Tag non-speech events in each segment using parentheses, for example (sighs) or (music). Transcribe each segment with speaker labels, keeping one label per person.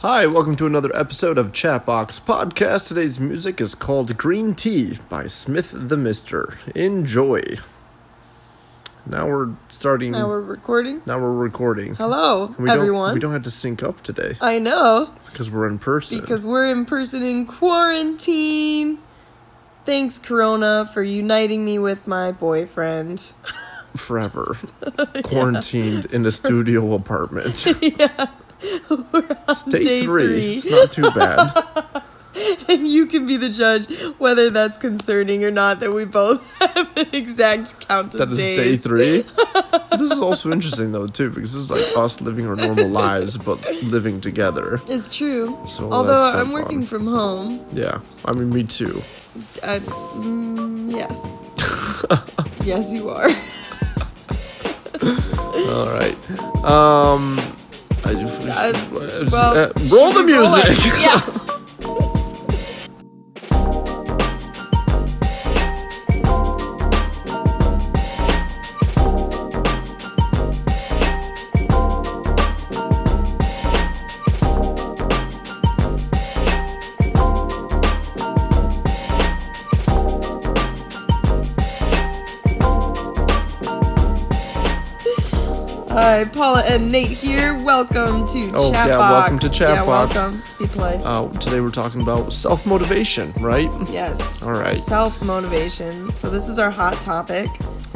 Speaker 1: Hi, welcome to another episode of Chatbox Podcast. Today's music is called Green Tea by Smith the Mister. Enjoy. Now we're starting.
Speaker 2: Now we're recording.
Speaker 1: now we're recording.
Speaker 2: Hello,
Speaker 1: Mm. We don't-
Speaker 2: everyone.
Speaker 1: we don't have to sync up today
Speaker 2: I know
Speaker 1: because we're in person.
Speaker 2: because (laughs) we're in person in quarantine. Thanks, Corona, for uniting me with my boyfriend. (laughs)
Speaker 1: forever quarantined in a studio
Speaker 2: (laughs)
Speaker 1: apartment. It's day,
Speaker 2: day
Speaker 1: three.
Speaker 2: three.
Speaker 1: It's not too bad.
Speaker 2: (laughs) and (laughs) you can be the judge whether that's concerning or not that we both (laughs) have an exact count of
Speaker 1: That is
Speaker 2: days.
Speaker 1: day three.
Speaker 2: (laughs)
Speaker 1: this is also interesting though too because this is like us living our normal lives but living together.
Speaker 2: It's true.
Speaker 1: So that's
Speaker 2: Although
Speaker 1: not
Speaker 2: I'm working
Speaker 1: fun.
Speaker 2: from home.
Speaker 1: Yeah, I mean me too.
Speaker 2: I,
Speaker 1: (laughs)
Speaker 2: mm, yes. yes, you are.
Speaker 1: All right. Um. I just,
Speaker 2: Uh,
Speaker 1: uh,
Speaker 2: well,
Speaker 1: roll the
Speaker 2: (laughs) roll it.
Speaker 1: music. (laughs)
Speaker 2: yeah. Hi, Paula and Nate here. Welcome to
Speaker 1: Oh,
Speaker 2: Chatbox.
Speaker 1: yeah, welcome to
Speaker 2: Yeah,
Speaker 1: Chatbox.
Speaker 2: welcome. Be polite.
Speaker 1: Uh, today we're talking about self motivation, right?
Speaker 2: yes.
Speaker 1: all right.
Speaker 2: Self motivation. So this is our hot topic.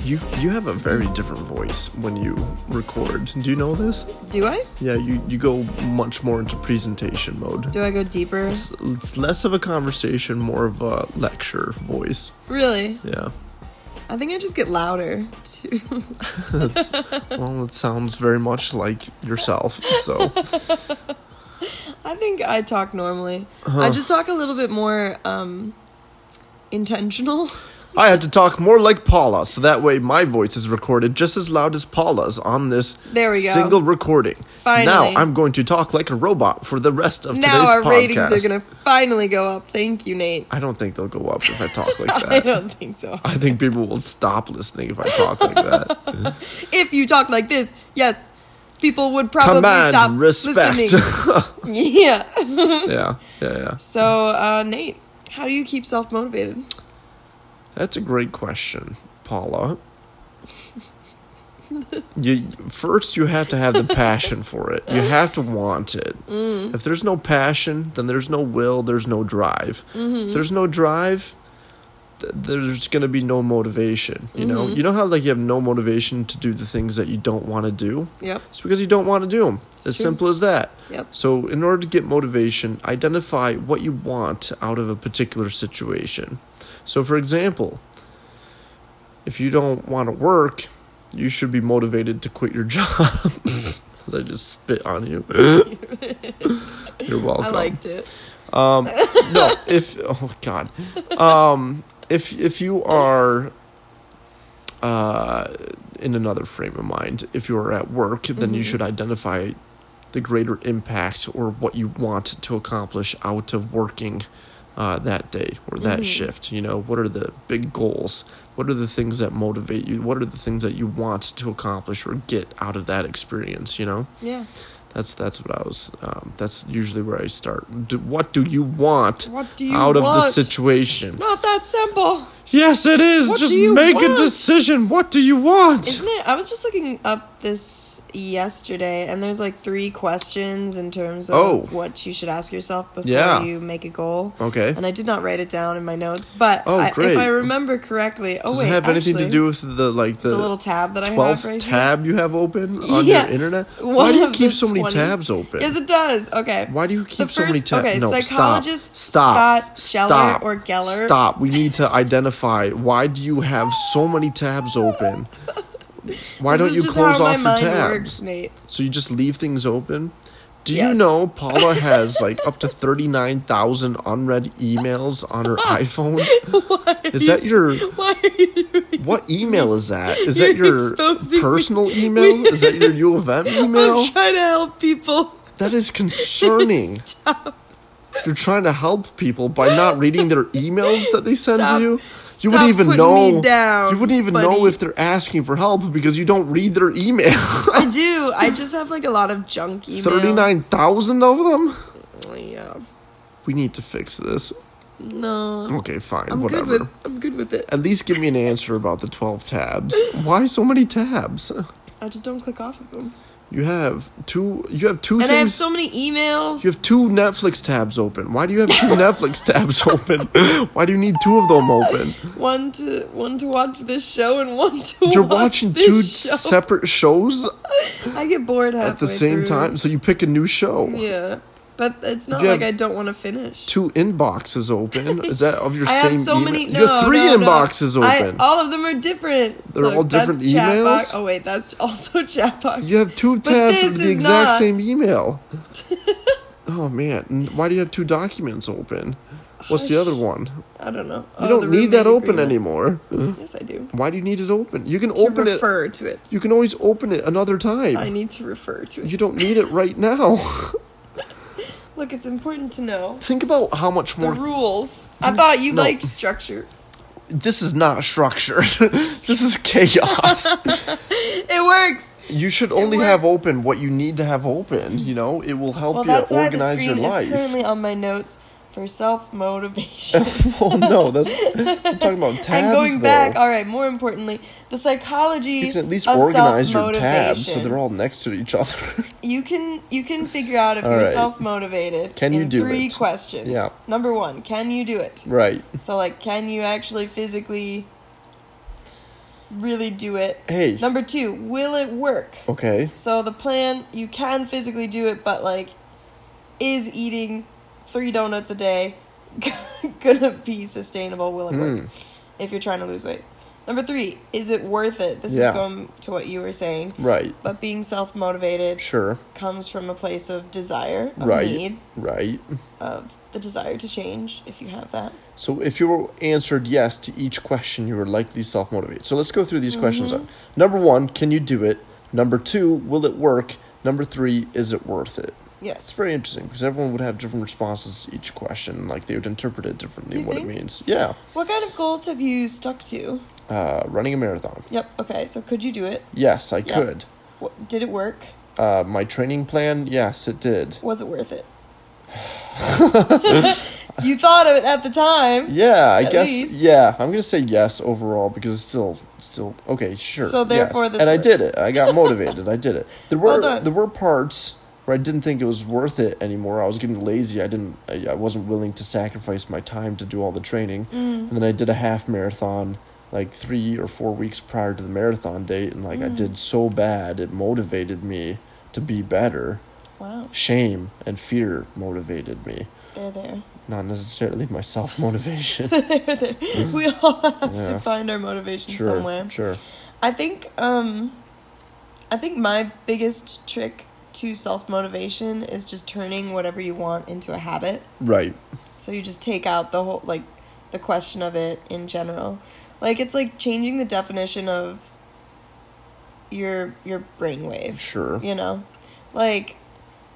Speaker 1: You you have a very different voice when you record. Do you know this?
Speaker 2: Do I?
Speaker 1: Yeah, you you go much more into presentation mode.
Speaker 2: Do I go deeper?
Speaker 1: It's, it's less of a conversation, more of a lecture voice.
Speaker 2: Really?
Speaker 1: Yeah.
Speaker 2: I think I just get louder too. (laughs)
Speaker 1: That's, well, it sounds very much like yourself. So,
Speaker 2: I think I talk normally. I just talk a little bit more um intentional.
Speaker 1: I had to talk more like Paula, so that way my voice is recorded just as loud as Paula's on this
Speaker 2: There we go.
Speaker 1: single recording.
Speaker 2: Finally.
Speaker 1: Now I'm going to talk like a robot for the rest of
Speaker 2: (laughs) now
Speaker 1: today's
Speaker 2: our
Speaker 1: podcast.
Speaker 2: ratings are gonna finally go up. Thank you, Nate. (laughs)
Speaker 1: I don't think they'll go up if I talk like
Speaker 2: I
Speaker 1: that.
Speaker 2: don't think so.
Speaker 1: I think people will stop listening if I talk like that.
Speaker 2: If you talk like this, yes, people would (laughs) probably stop
Speaker 1: Command respect.
Speaker 2: listening. (laughs) Yeah.
Speaker 1: (laughs) yeah, yeah, yeah.
Speaker 2: So, uh, Nate, how do you keep self motivated?
Speaker 1: That's a great question, Paula. you first you have to have the passion for it. You have to want it.
Speaker 2: Mm.
Speaker 1: If there's no passion, then there's no will, there's no drive.
Speaker 2: Mm-hmm.
Speaker 1: If there's no drive, th- there's going to be no motivation, you know?
Speaker 2: Mm-hmm.
Speaker 1: You know how like you have no motivation to do the things that you don't want to do?
Speaker 2: Yep.
Speaker 1: It's because you don't want to do them.
Speaker 2: It's
Speaker 1: as
Speaker 2: true.
Speaker 1: simple as that.
Speaker 2: Yep.
Speaker 1: So, in order to get motivation, identify what you want out of a particular situation. So, for example, if you don't want to work, you should be motivated to quit your (laughs) job. Because I just spit on you. (laughs) You're welcome.
Speaker 2: I liked it.
Speaker 1: Um, no, if oh god, um, if if you are uh, in another frame of mind, if you are at work, then you should identify the greater impact or what you want to accomplish out of working uh, that day or that shift. You know, what are the big goals? What are the things that motivate you? What are the things that you want to accomplish or get out of that experience? You know.
Speaker 2: Yeah.
Speaker 1: That's that's what I was. Um, that's usually where I start. Do, what do you want
Speaker 2: What do you
Speaker 1: out of the
Speaker 2: want?
Speaker 1: situation?
Speaker 2: It's not that simple,
Speaker 1: yes, it is.
Speaker 2: What
Speaker 1: Just
Speaker 2: do you
Speaker 1: make a
Speaker 2: want?
Speaker 1: decision. What do you want?
Speaker 2: isn't it? I was just looking up this yesterday, and there's like three questions in terms of
Speaker 1: Oh.
Speaker 2: what you should ask yourself before
Speaker 1: Yeah.
Speaker 2: you make a goal.
Speaker 1: okay.
Speaker 2: And I did not write it down in my notes, but
Speaker 1: Oh,
Speaker 2: I,
Speaker 1: great.
Speaker 2: if I remember correctly, oh
Speaker 1: Does
Speaker 2: wait,
Speaker 1: it have anything
Speaker 2: actually,
Speaker 1: to do with the like the,
Speaker 2: the little tab that I have
Speaker 1: twelfth
Speaker 2: right here?
Speaker 1: tab you have open on
Speaker 2: Yeah.
Speaker 1: your internet? Why
Speaker 2: One
Speaker 1: do you
Speaker 2: of
Speaker 1: keep
Speaker 2: the
Speaker 1: so many
Speaker 2: 20
Speaker 1: tabs open?
Speaker 2: Yes, it does. Okay.
Speaker 1: Why do you keep so many
Speaker 2: first-
Speaker 1: tabs?
Speaker 2: okay,
Speaker 1: no, stop.
Speaker 2: psychologist
Speaker 1: stop.
Speaker 2: Scott Scheller
Speaker 1: stop.
Speaker 2: or Geller.
Speaker 1: Stop. We need to identify why do you have so many tabs
Speaker 2: (laughs)
Speaker 1: open? Why
Speaker 2: This
Speaker 1: don't
Speaker 2: is
Speaker 1: you
Speaker 2: just
Speaker 1: close
Speaker 2: how
Speaker 1: off
Speaker 2: my
Speaker 1: your
Speaker 2: mind
Speaker 1: tabs?
Speaker 2: works, Nate. (laughs)
Speaker 1: So you just leave things open? Do you
Speaker 2: Yes. (laughs)
Speaker 1: know Paula has like up to 39,000 unread emails on
Speaker 2: (laughs)
Speaker 1: her iPhone? Is that your
Speaker 2: Why are you doing
Speaker 1: what email is that?
Speaker 2: (laughs)
Speaker 1: Is
Speaker 2: You're
Speaker 1: that your
Speaker 2: exposing me. (laughs)
Speaker 1: personal email? Is that your U of M email?
Speaker 2: I'm trying to help people.
Speaker 1: That
Speaker 2: (laughs)
Speaker 1: is concerning.
Speaker 2: Stop.
Speaker 1: You're trying to help people by not reading their emails that they send
Speaker 2: Stop.
Speaker 1: to you. You
Speaker 2: Stop
Speaker 1: wouldn't even
Speaker 2: putting me
Speaker 1: know.
Speaker 2: down,
Speaker 1: you wouldn't even know
Speaker 2: buddy.
Speaker 1: if they're asking for help because you don't read
Speaker 2: (laughs)
Speaker 1: their email. (laughs)
Speaker 2: I do. I just have like a lot of junk email.
Speaker 1: Thirty nine thousand of them.
Speaker 2: Definitely, yeah.
Speaker 1: We need to fix this.
Speaker 2: No.
Speaker 1: Okay, fine,
Speaker 2: I'm
Speaker 1: whatever.
Speaker 2: good with I'm good with it.
Speaker 1: At least give me an answer about the 12
Speaker 2: (laughs)
Speaker 1: tabs. Why so many tabs?
Speaker 2: I just don't click off of them.
Speaker 1: You have two you have two
Speaker 2: And I have
Speaker 1: things
Speaker 2: so many emails.
Speaker 1: you have two Netflix tabs open. Why do you have
Speaker 2: (laughs)
Speaker 1: two Netflix tabs open? Why do you need two of them open?
Speaker 2: one to one to watch this show and one to
Speaker 1: You're
Speaker 2: watch
Speaker 1: watching
Speaker 2: this
Speaker 1: two
Speaker 2: show.
Speaker 1: separate shows
Speaker 2: I get bored halfway
Speaker 1: at the same
Speaker 2: through.
Speaker 1: time, so you pick a new show.
Speaker 2: Yeah, but it's not
Speaker 1: You
Speaker 2: like
Speaker 1: have-
Speaker 2: I don't want to finish.
Speaker 1: Two inboxes open. Is that of your
Speaker 2: (laughs) I
Speaker 1: same
Speaker 2: have so
Speaker 1: email?
Speaker 2: many. No,
Speaker 1: you have three
Speaker 2: no, no.
Speaker 1: inboxes
Speaker 2: I-
Speaker 1: open.
Speaker 2: all of them are different.
Speaker 1: They're all different
Speaker 2: that's chat box-
Speaker 1: emails?
Speaker 2: Oh wait, that's (laughs) also chatbox.
Speaker 1: You have two
Speaker 2: But
Speaker 1: tabs
Speaker 2: this
Speaker 1: with the
Speaker 2: is
Speaker 1: exact
Speaker 2: not.
Speaker 1: same
Speaker 2: (laughs)
Speaker 1: email. oh man, N- why do you have two documents open? What's the
Speaker 2: Hush. Oh,
Speaker 1: other one? You
Speaker 2: I don't know. You
Speaker 1: don't need that open anymore.
Speaker 2: Yes, I do.
Speaker 1: Why do you need it open? You can
Speaker 2: To
Speaker 1: open it.
Speaker 2: refer to it.
Speaker 1: You can always open it another time.
Speaker 2: I need to refer to it.
Speaker 1: You don't need it right now. (laughs)
Speaker 2: Look, it's important to know
Speaker 1: Think about how much
Speaker 2: the
Speaker 1: more.
Speaker 2: rules. I thought you
Speaker 1: No.
Speaker 2: liked structure. (laughs)
Speaker 1: This is not structured. this is
Speaker 2: (laughs)
Speaker 1: chaos.
Speaker 2: It works.
Speaker 1: you should only have
Speaker 2: works.
Speaker 1: open what you need to have open. You know, it will help
Speaker 2: Well,
Speaker 1: you
Speaker 2: that's why the
Speaker 1: organize your
Speaker 2: screen is
Speaker 1: life.
Speaker 2: currently on my notes for self motivation.
Speaker 1: (laughs) oh no,
Speaker 2: (laughs)
Speaker 1: that's I'm talking about tabs.
Speaker 2: and going
Speaker 1: though.
Speaker 2: back, all right. More importantly, the psychology
Speaker 1: You can at least
Speaker 2: of
Speaker 1: organize your
Speaker 2: self-motivation.
Speaker 1: tabs so they're all next to each other. (laughs)
Speaker 2: You can you can figure out if
Speaker 1: All
Speaker 2: you're
Speaker 1: right.
Speaker 2: self motivated.
Speaker 1: Can you do
Speaker 2: three
Speaker 1: it?
Speaker 2: questions?
Speaker 1: Yeah.
Speaker 2: Number one, can you do it?
Speaker 1: right.
Speaker 2: So like, can you actually physically really do it?
Speaker 1: Hey.
Speaker 2: Number two, will it work?
Speaker 1: Okay.
Speaker 2: So the plan, you can physically do it, but like, is eating three donuts a day (laughs) gonna be sustainable? Will it
Speaker 1: Hmm.
Speaker 2: work? If you're trying to lose weight. Number three, is it worth it? This
Speaker 1: Yeah.
Speaker 2: is going to what you were saying.
Speaker 1: Right.
Speaker 2: But being self motivated
Speaker 1: Sure.
Speaker 2: comes from a place of desire, of
Speaker 1: right.
Speaker 2: need,
Speaker 1: Right.
Speaker 2: of the desire to change, if you have that.
Speaker 1: So if you answered yes to each question, you were likely self motivated. So let's go through these questions.
Speaker 2: Mm-hmm.
Speaker 1: Number one, can you do it? Number two, will it work? Number three, is it worth it? It's
Speaker 2: Yes.
Speaker 1: very interesting because everyone would have different responses to each question. Like they would interpret it differently,
Speaker 2: You
Speaker 1: what
Speaker 2: think?
Speaker 1: it means. Yeah.
Speaker 2: What kind of goals have you stuck to?
Speaker 1: Uh, running a marathon.
Speaker 2: Yep, okay, so could you do it?
Speaker 1: Yes, I
Speaker 2: Yeah.
Speaker 1: could.
Speaker 2: What, did it work?
Speaker 1: Uh, my training plan. Yes, it did.
Speaker 2: Was it worth it? (laughs) you thought of it at the time.
Speaker 1: Yeah, I
Speaker 2: At
Speaker 1: guess.
Speaker 2: least.
Speaker 1: Yeah, I'm gonna say yes overall because it's still, still okay. Sure.
Speaker 2: So therefore
Speaker 1: yes.
Speaker 2: this
Speaker 1: and I did
Speaker 2: works.
Speaker 1: it. I got motivated. I did it. There were
Speaker 2: Well done.
Speaker 1: there were parts where I didn't think it was worth it anymore. I was getting lazy. I didn't. I, I wasn't willing to sacrifice my time to do all the training. And
Speaker 2: Mm.
Speaker 1: then I did a half marathon like three or four weeks prior to the marathon date, and like
Speaker 2: Mm.
Speaker 1: I did so bad, it motivated me to be better.
Speaker 2: Wow,
Speaker 1: Shame and fear motivated me,
Speaker 2: they're there. (laughs)
Speaker 1: not necessarily my self motivation.
Speaker 2: They're there. We all have
Speaker 1: Mm-hmm. Yeah.
Speaker 2: to find our motivation
Speaker 1: sure.
Speaker 2: somewhere.
Speaker 1: Sure.
Speaker 2: I think um I think my biggest trick to self-motivation is just turning whatever you want into a habit.
Speaker 1: Right.
Speaker 2: So you just take out the whole like the question of it in general. Like it's like changing the definition of your your brainwave,
Speaker 1: Sure.
Speaker 2: you know? Like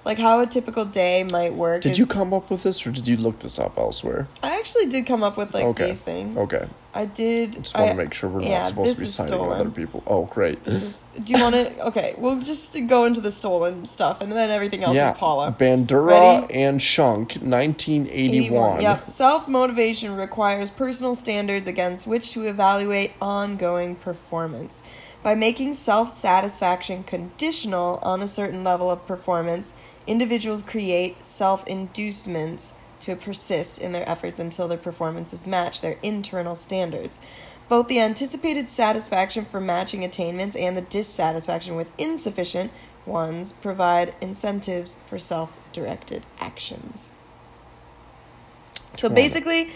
Speaker 2: like how a typical day might work.
Speaker 1: Did you
Speaker 2: is-
Speaker 1: come up with this or did you look this up elsewhere?
Speaker 2: I actually did come up with like
Speaker 1: Okay.
Speaker 2: these things.
Speaker 1: Okay.
Speaker 2: I did
Speaker 1: Just want
Speaker 2: I-
Speaker 1: to make sure we're
Speaker 2: yeah,
Speaker 1: not supposed
Speaker 2: this
Speaker 1: to be
Speaker 2: is
Speaker 1: citing
Speaker 2: stolen.
Speaker 1: other people. Oh, great.
Speaker 2: This is. Do you want to? Okay, we'll just go into the stolen stuff, and then everything else
Speaker 1: yeah.
Speaker 2: is Paula.
Speaker 1: Bandura
Speaker 2: Ready?
Speaker 1: and Shunk, 1981.
Speaker 2: Yep. Self motivation requires personal standards against which to evaluate ongoing performance. By making self satisfaction conditional on a certain level of performance, individuals create self inducements to persist in their efforts until their performances match their internal standards. Both the anticipated satisfaction for matching attainments and the dissatisfaction with insufficient ones provide incentives for self directed actions. So basically,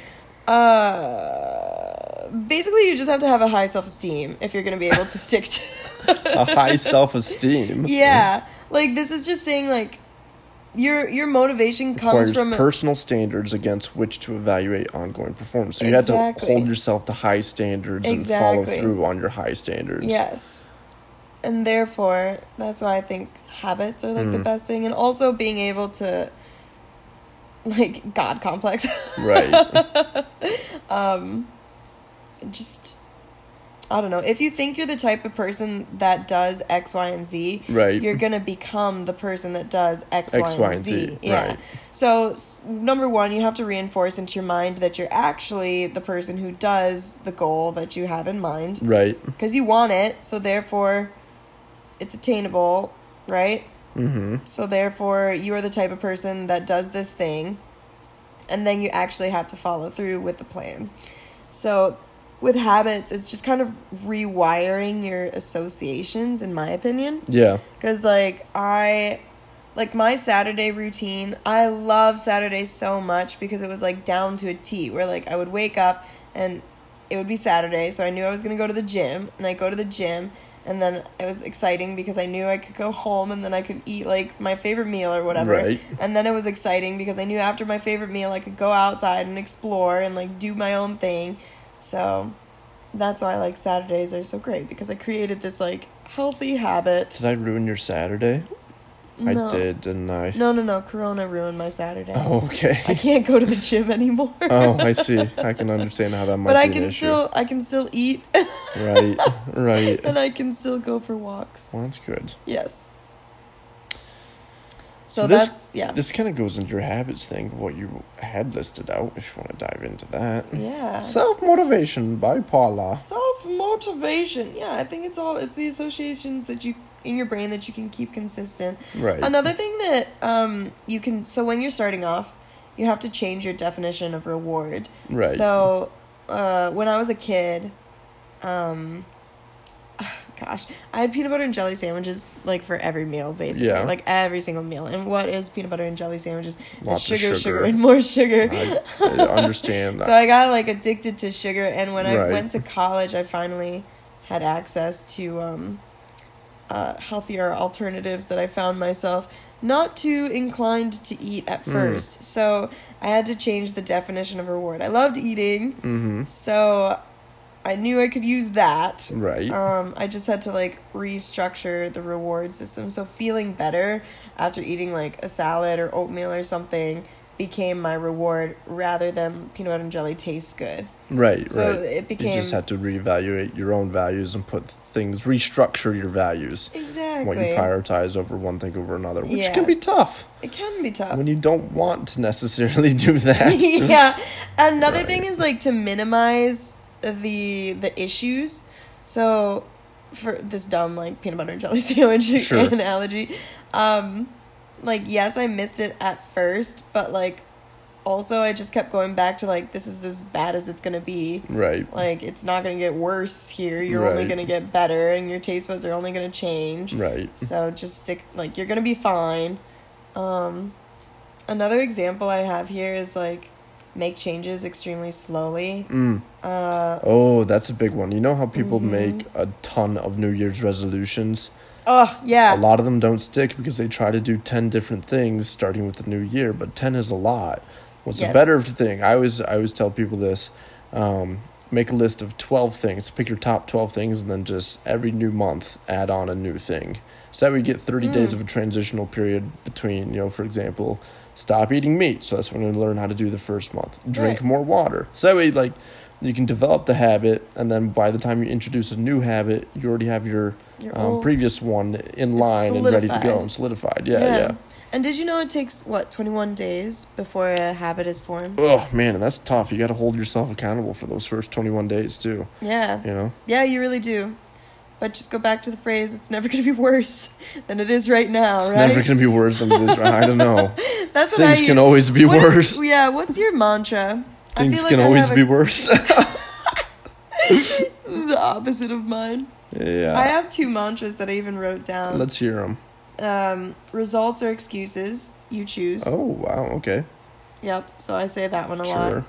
Speaker 2: uh, basically you just have to have a high self esteem if you're going to be able to stick to.
Speaker 1: (laughs) A high self esteem.
Speaker 2: (laughs) yeah, like this is just saying like your your motivation comes
Speaker 1: Requires
Speaker 2: from
Speaker 1: personal standards against which to evaluate ongoing performance. So you had to
Speaker 2: Exactly.
Speaker 1: hold yourself to high standards and
Speaker 2: Exactly.
Speaker 1: follow through on your high standards.
Speaker 2: yes, and therefore that's why I think habits are like the best thing, and also being able to like God complex.
Speaker 1: Right.
Speaker 2: (laughs) just I don't know. If you think you're the type of person that does X, Y, and Z,
Speaker 1: Right.
Speaker 2: you're gonna become the person that does X,
Speaker 1: X,
Speaker 2: Y, and
Speaker 1: Y, and
Speaker 2: Z.
Speaker 1: Z,
Speaker 2: Yeah.
Speaker 1: right.
Speaker 2: So s- number one, you have to reinforce into your mind that you're actually the person who does the goal that you have in mind
Speaker 1: Right.
Speaker 2: because you want it. So therefore, it's attainable, right? Mm-hmm. So therefore, you are the type of person that does this thing, and then you actually have to follow through with the plan. So with habits, it's just kind of rewiring your associations, in my opinion.
Speaker 1: Yeah.
Speaker 2: Cause like I, like my Saturday routine, I love Saturday so much because it was like down to a T. Where like I would wake up and it would be Saturday, so I knew I was gonna go to the gym, and I go to the gym, and then it was exciting because I knew I could go home and then I could eat like my favorite meal or whatever.
Speaker 1: Right.
Speaker 2: And then it was exciting because I knew after my favorite meal I could go outside and explore and like do my own thing. So that's why like Saturdays are so great because I created this like healthy habit.
Speaker 1: Did I ruin your Saturday?
Speaker 2: No.
Speaker 1: I did, didn't I?
Speaker 2: No, no, no. Corona ruined my Saturday.
Speaker 1: Oh, okay.
Speaker 2: I can't go to the gym anymore.
Speaker 1: (laughs) oh, I
Speaker 2: (laughs)
Speaker 1: see. I can understand how that might
Speaker 2: but
Speaker 1: be
Speaker 2: I
Speaker 1: an
Speaker 2: can
Speaker 1: issue.
Speaker 2: still I can still eat (laughs)
Speaker 1: Right. Right.
Speaker 2: and I can still go for walks.
Speaker 1: Well, that's good.
Speaker 2: Yes. So,
Speaker 1: this,
Speaker 2: that's yeah.
Speaker 1: This kind of goes into your habits thing, of what you had listed out. If you want to dive into that,
Speaker 2: yeah.
Speaker 1: self motivation by Paula.
Speaker 2: Self motivation. Yeah, I think it's all it's the associations that you in your brain that you can keep consistent.
Speaker 1: Right.
Speaker 2: Another thing that um you can so when you're starting off, you have to change your definition of reward.
Speaker 1: Right.
Speaker 2: So uh when I was a kid, um (sighs) gosh, I had peanut butter and jelly sandwiches like for every meal basically.
Speaker 1: Yeah.
Speaker 2: Like every single meal. And what is peanut butter and jelly sandwiches? It's
Speaker 1: Lots of
Speaker 2: sugar,
Speaker 1: sugar.
Speaker 2: and more sugar. (laughs)
Speaker 1: I, I understand
Speaker 2: So
Speaker 1: that.
Speaker 2: I got like addicted to sugar, and when I
Speaker 1: Right.
Speaker 2: went to college, I finally had access to um, uh, healthier alternatives that I found myself not too inclined to eat at
Speaker 1: Hmm.
Speaker 2: first. So I had to change the definition of reward. I loved eating,
Speaker 1: hmm
Speaker 2: so I knew I could use that.
Speaker 1: Right.
Speaker 2: Um, I just had to like restructure the reward system. So feeling better after eating like a salad or oatmeal or something became my reward rather than peanut butter and jelly tastes good.
Speaker 1: right.
Speaker 2: So
Speaker 1: right.
Speaker 2: it
Speaker 1: you
Speaker 2: became
Speaker 1: just had to reevaluate your own values and put things restructure your values.
Speaker 2: exactly.
Speaker 1: What you prioritize over one thing over another, which can be
Speaker 2: Yes.
Speaker 1: tough
Speaker 2: it can be tough.
Speaker 1: when you don't want to necessarily (laughs) do
Speaker 2: (laughs)
Speaker 1: that.
Speaker 2: yeah. Another
Speaker 1: Right.
Speaker 2: thing is like to minimize the the issues. So for this dumb like peanut butter and jelly (laughs) sandwich
Speaker 1: Sure.
Speaker 2: analogy, um like yes, I missed it at first, but like also I just kept going back to like this is as bad as it's going to be.
Speaker 1: Right.
Speaker 2: Like it's not going to get worse here. You're only
Speaker 1: Right.
Speaker 2: going to get better and your taste buds are only going to change.
Speaker 1: Right.
Speaker 2: So just stick like you're gonna be fine. Um, another example I have here is like make changes extremely slowly.
Speaker 1: Mm.
Speaker 2: Uh,
Speaker 1: Oh, that's a big one. You know how people make a ton of New Year's resolutions?
Speaker 2: oh yeah,
Speaker 1: A lot of them don't stick because they try to do 10 different things starting with the new year, but 10 is a lot. What's
Speaker 2: Yes.
Speaker 1: a better thing? I always, I always tell people this um, make a list of 12 things, pick your top 12 things, and then just every new month add on a new thing. So that we get 30
Speaker 2: Hmm.
Speaker 1: days of a transitional period between, you know, for example, stop eating meat. So that's when you learn how to do the first month. Drink
Speaker 2: Right.
Speaker 1: more water. So that way, like, you can develop the habit, and then by the time you introduce a new habit, you already have your
Speaker 2: Your
Speaker 1: um,
Speaker 2: old-
Speaker 1: previous one in line and ready to go
Speaker 2: Oh. solidified.
Speaker 1: and solidified. Yeah, yeah.
Speaker 2: And did you know it takes what twenty one days before a habit is formed?
Speaker 1: Oh man, and that's tough. You got to hold yourself accountable for those first 21 days too.
Speaker 2: Yeah,
Speaker 1: You know,
Speaker 2: yeah, you really do. But just go back to the phrase: it's never gonna be (laughs) worse than it is right now,
Speaker 1: it's
Speaker 2: right?
Speaker 1: never gonna be worse than it is. right- I don't know.
Speaker 2: (laughs) That's what I
Speaker 1: Things can
Speaker 2: use.
Speaker 1: always be
Speaker 2: What is-
Speaker 1: worse.
Speaker 2: yeah. What's your mantra? I
Speaker 1: Things
Speaker 2: feel like
Speaker 1: can
Speaker 2: I
Speaker 1: always
Speaker 2: have
Speaker 1: be
Speaker 2: a-
Speaker 1: worse. (laughs)
Speaker 2: the opposite of mine. I
Speaker 1: yeah.
Speaker 2: have two mantras that I even wrote down.
Speaker 1: Uh, Let's hear them.
Speaker 2: um, results or excuses, you choose.
Speaker 1: Oh wow. Okay.
Speaker 2: Yep. So I say that one a lot.
Speaker 1: Sure.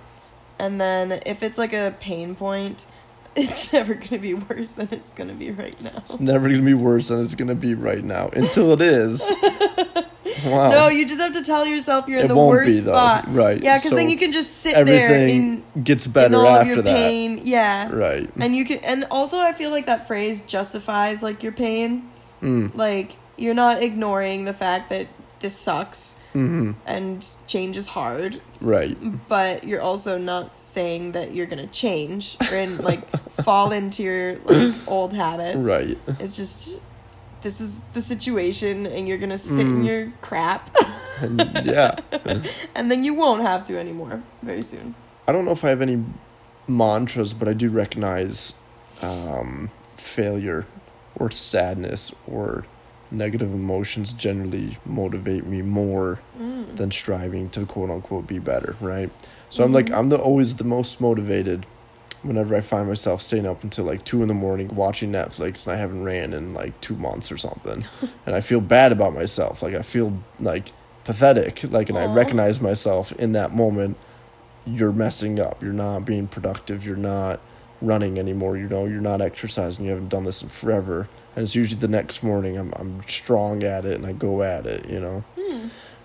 Speaker 2: And then if it's like a pain point, (laughs) it's never gonna be worse than it's gonna be right now.
Speaker 1: It's never gonna be worse than it's gonna be right now until it
Speaker 2: (laughs)
Speaker 1: is. wow.
Speaker 2: No, you just have to tell yourself you're in
Speaker 1: Oh. It
Speaker 2: the
Speaker 1: won't
Speaker 2: worst
Speaker 1: be, though.
Speaker 2: spot.
Speaker 1: Right,
Speaker 2: Yeah, because
Speaker 1: so
Speaker 2: then you can just sit there in,
Speaker 1: Everything gets
Speaker 2: in
Speaker 1: better
Speaker 2: all of
Speaker 1: after
Speaker 2: your
Speaker 1: that.
Speaker 2: pain. Yeah.
Speaker 1: Right.
Speaker 2: And you can, and also I feel like that phrase justifies like your pain.
Speaker 1: Mm.
Speaker 2: Like you're not ignoring the fact that this sucks
Speaker 1: Mm-hmm.
Speaker 2: and change is hard,
Speaker 1: Right.
Speaker 2: but you're also not saying that you're gonna change or and
Speaker 1: (laughs)
Speaker 2: like fall into your like old habits.
Speaker 1: Right.
Speaker 2: It's just this is the situation and you're gonna sit
Speaker 1: Mm.
Speaker 2: in your crap (laughs)
Speaker 1: And yeah.
Speaker 2: and then you won't have to anymore very soon.
Speaker 1: I don't know if I have any mantras, but I do recognize um, failure or sadness or negative emotions generally motivate me more
Speaker 2: Mm.
Speaker 1: than striving to quote unquote be better, right? So I'm like I'm the always the most motivated whenever I find myself staying up until like two in the morning watching Netflix and I haven't ran in like two months or something. and I feel bad about myself. Like I feel like pathetic. Like and I
Speaker 2: Aw.
Speaker 1: recognize myself in that moment you're messing up. You're not being productive. You're not running anymore. You know, you're not exercising. You haven't done this in forever. And it's usually the next morning I'm I'm strong at it and I go at it, you know.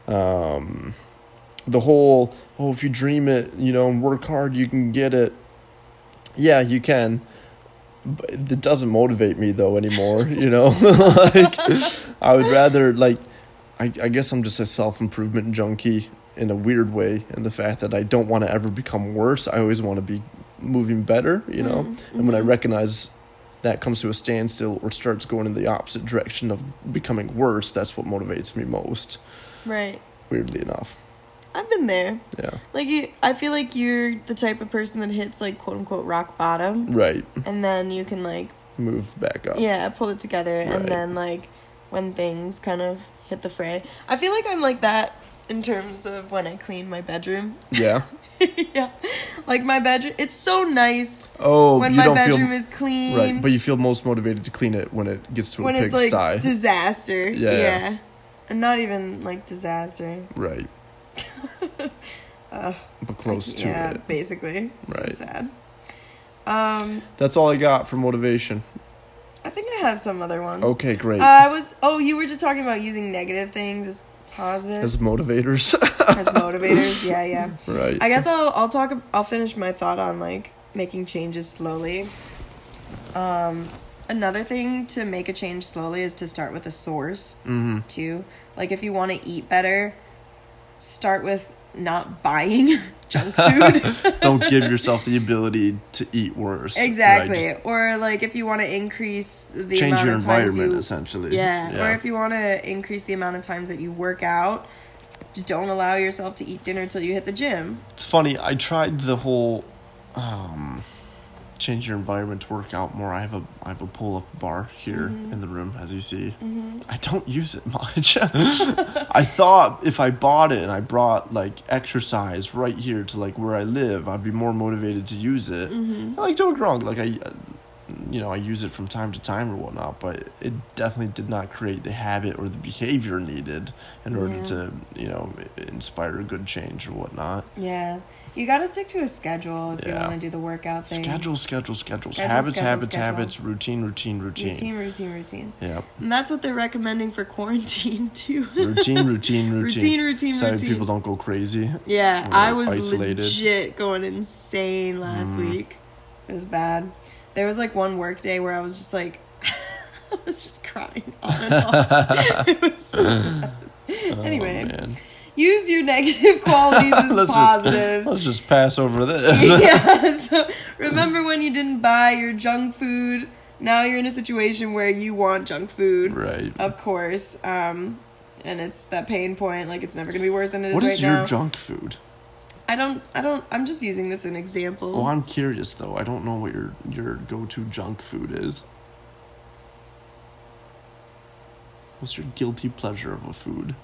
Speaker 1: Um the whole oh if you dream it, you know, and work hard, you can get it. Yeah, you can. But it doesn't motivate me though anymore, (laughs) you know. like I would rather like I, I guess I'm just a self improvement junkie in a weird way, and the fact that I don't want to ever become worse. I always want to be moving better, you know.
Speaker 2: Mm-hmm. Mm.
Speaker 1: And when I recognize that comes to a standstill or starts going in the opposite direction of becoming worse, that's what motivates me most.
Speaker 2: Right.
Speaker 1: Weirdly enough,
Speaker 2: I've been there.
Speaker 1: yeah,
Speaker 2: Like you, I feel like you're the type of person that hits like quote unquote rock bottom,
Speaker 1: right.
Speaker 2: and then you can like
Speaker 1: Move back up.
Speaker 2: yeah pull it together,
Speaker 1: Right.
Speaker 2: and then like when things kind of hit the fray, I feel like I'm like that in terms of when I clean my bedroom. (laughs)
Speaker 1: Yeah.
Speaker 2: yeah, like my bedroom, it's so nice
Speaker 1: Oh,
Speaker 2: when
Speaker 1: you
Speaker 2: my
Speaker 1: don't
Speaker 2: bedroom
Speaker 1: feel
Speaker 2: is clean.
Speaker 1: right, but you feel most motivated to clean it when it gets to
Speaker 2: when
Speaker 1: a
Speaker 2: it's like
Speaker 1: pigsty.
Speaker 2: disaster,
Speaker 1: Yeah.
Speaker 2: yeah, and not even like disaster. (laughs)
Speaker 1: right. but close to
Speaker 2: Uh, yeah,
Speaker 1: it.
Speaker 2: basically. So
Speaker 1: Right.
Speaker 2: sad. Um,
Speaker 1: That's all I got for motivation.
Speaker 2: I think I have some other ones.
Speaker 1: Okay, great.
Speaker 2: Uh, I was. Oh, you were just talking about using negative things as
Speaker 1: as
Speaker 2: positives,
Speaker 1: motivators,
Speaker 2: (laughs)
Speaker 1: (laughs)
Speaker 2: as, motivators. Yeah, yeah.
Speaker 1: right?
Speaker 2: I guess I'll I'll talk. ab- I'll finish my thought on like making changes slowly. Um, another thing to make a change slowly is to start with a source
Speaker 1: mm-hmm.
Speaker 2: too. Like if you want to eat better, start with not buying (laughs)
Speaker 1: (laughs)
Speaker 2: junk food.
Speaker 1: Don't give yourself the ability to eat worse. right?
Speaker 2: Exactly.
Speaker 1: Just
Speaker 2: or like if you want to increase the
Speaker 1: change
Speaker 2: amount
Speaker 1: your
Speaker 2: of times
Speaker 1: environment,
Speaker 2: you
Speaker 1: essentially.
Speaker 2: yeah. Or if you want to increase the amount of times that you work out, just don't allow yourself to eat dinner till you hit the gym.
Speaker 1: it's funny. I tried the whole um, change your environment to work out more. I have a I have a pull up bar here in the room, as you see. I don't use it much. (laughs) I thought if I bought it and I brought like exercise right here to like where I live, I'd be more motivated to use it.
Speaker 2: Mm-hmm.
Speaker 1: And, Like don't get me wrong, like I, uh, you know, I use it from time to time or whatnot, but it definitely did not create the habit or the behavior needed in order
Speaker 2: Yeah.
Speaker 1: to you know i- inspire a good change or whatnot.
Speaker 2: Yeah. You got to stick to a schedule if you
Speaker 1: Yeah.
Speaker 2: want to do the workout thing.
Speaker 1: Schedule, schedule, schedules.
Speaker 2: Schedule,
Speaker 1: habits,
Speaker 2: schedule,
Speaker 1: habits,
Speaker 2: schedule.
Speaker 1: habits. Routine, routine, routine.
Speaker 2: Routine, routine, routine.
Speaker 1: Yep.
Speaker 2: And that's what they're recommending for quarantine too.
Speaker 1: Routine, routine, routine.
Speaker 2: (laughs) Routine, routine,
Speaker 1: so that way
Speaker 2: routine.
Speaker 1: people don't go
Speaker 2: (laughs)
Speaker 1: crazy.
Speaker 2: Yeah,
Speaker 1: Or
Speaker 2: I was
Speaker 1: isolated. Mm.
Speaker 2: legit going insane last week. It was bad. There was like one work day where I was just like, (laughs) I was just crying (laughs) on
Speaker 1: (laughs)
Speaker 2: and off. it was so bad. anyway,
Speaker 1: Oh, man.
Speaker 2: use your negative (laughs) qualities
Speaker 1: (laughs)
Speaker 2: as
Speaker 1: Let's just-
Speaker 2: positives.
Speaker 1: Let's just pass over
Speaker 2: (laughs)
Speaker 1: this. (laughs)
Speaker 2: yeah, so remember when you didn't buy your junk food? Now you're in a situation where you want junk food,
Speaker 1: right.
Speaker 2: of course. Um, and it's that pain point. Like it's never gonna be worse than it is
Speaker 1: What
Speaker 2: right
Speaker 1: is your
Speaker 2: now.
Speaker 1: junk food?
Speaker 2: I don't. I don't. I'm just using this as an example.
Speaker 1: Well, Oh, I'm curious though. I don't know what your your go to junk food is. What's your guilty pleasure of a food?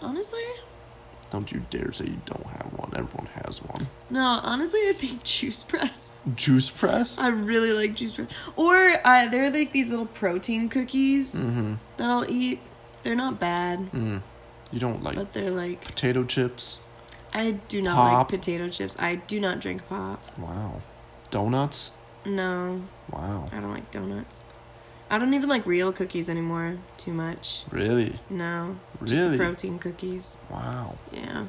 Speaker 2: honestly,
Speaker 1: Don't you dare say you don't have one. Everyone has one.
Speaker 2: no. Honestly, I think (laughs) juice press.
Speaker 1: Juice press.
Speaker 2: I really like juice press. Or uh, they're like these little protein cookies
Speaker 1: Mm-hmm.
Speaker 2: that I'll eat. They're not bad,
Speaker 1: Mm. You don't like
Speaker 2: but they're like
Speaker 1: potato chips.
Speaker 2: I do not
Speaker 1: Pop.
Speaker 2: like potato chips. I do not drink pop.
Speaker 1: Wow. Donuts?
Speaker 2: No,
Speaker 1: Wow.
Speaker 2: I don't like donuts. I don't even like real cookies anymore. Too much.
Speaker 1: Really?
Speaker 2: No, just
Speaker 1: Really?
Speaker 2: the protein cookies.
Speaker 1: Wow.
Speaker 2: Yeah.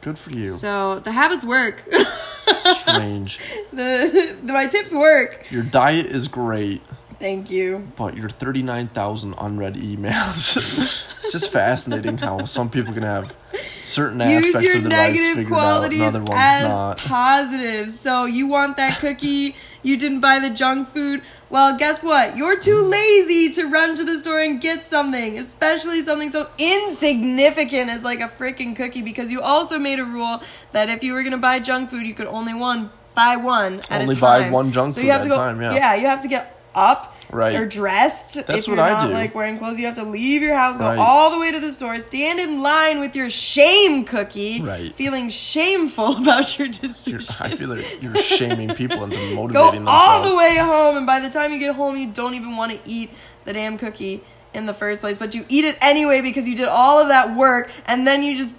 Speaker 1: Good for you.
Speaker 2: So the habits work.
Speaker 1: (laughs)
Speaker 2: (laughs)
Speaker 1: Strange.
Speaker 2: the, (laughs) the my tips work.
Speaker 1: Your diet is great.
Speaker 2: Thank you.
Speaker 1: but your 39,000 unread emails. (laughs) it's just fascinating how some people can have certain
Speaker 2: Use
Speaker 1: aspects
Speaker 2: your
Speaker 1: of their lives
Speaker 2: negative
Speaker 1: figured out and
Speaker 2: qualities
Speaker 1: other ones
Speaker 2: as
Speaker 1: not.
Speaker 2: positives. So you want that cookie, you didn't buy the junk food. Well, guess what? You're too lazy to run to the store and get something, especially something so insignificant as like a freaking cookie because you also made a rule that if you were going to buy junk food, you could only one buy one at
Speaker 1: Only
Speaker 2: a
Speaker 1: buy
Speaker 2: time.
Speaker 1: one junk
Speaker 2: so
Speaker 1: food
Speaker 2: you have
Speaker 1: at
Speaker 2: to
Speaker 1: a
Speaker 2: go,
Speaker 1: time, yeah.
Speaker 2: Yeah, you have to get up
Speaker 1: Right.
Speaker 2: or dressed.
Speaker 1: That's
Speaker 2: if you're
Speaker 1: what I
Speaker 2: not
Speaker 1: do.
Speaker 2: like wearing clothes, you have to leave your house, go
Speaker 1: Right.
Speaker 2: all the way to the store, stand in line with your shame cookie,
Speaker 1: Right.
Speaker 2: feeling shameful (laughs) about your
Speaker 1: You're- (laughs)
Speaker 2: decision.
Speaker 1: I feel like you're shaming people into motivating
Speaker 2: (laughs) Go
Speaker 1: themselves.
Speaker 2: all the way home, and by the time you get home, you don't even want to eat the damn cookie in the first place, but you eat it anyway because you did all of that work, and then you just.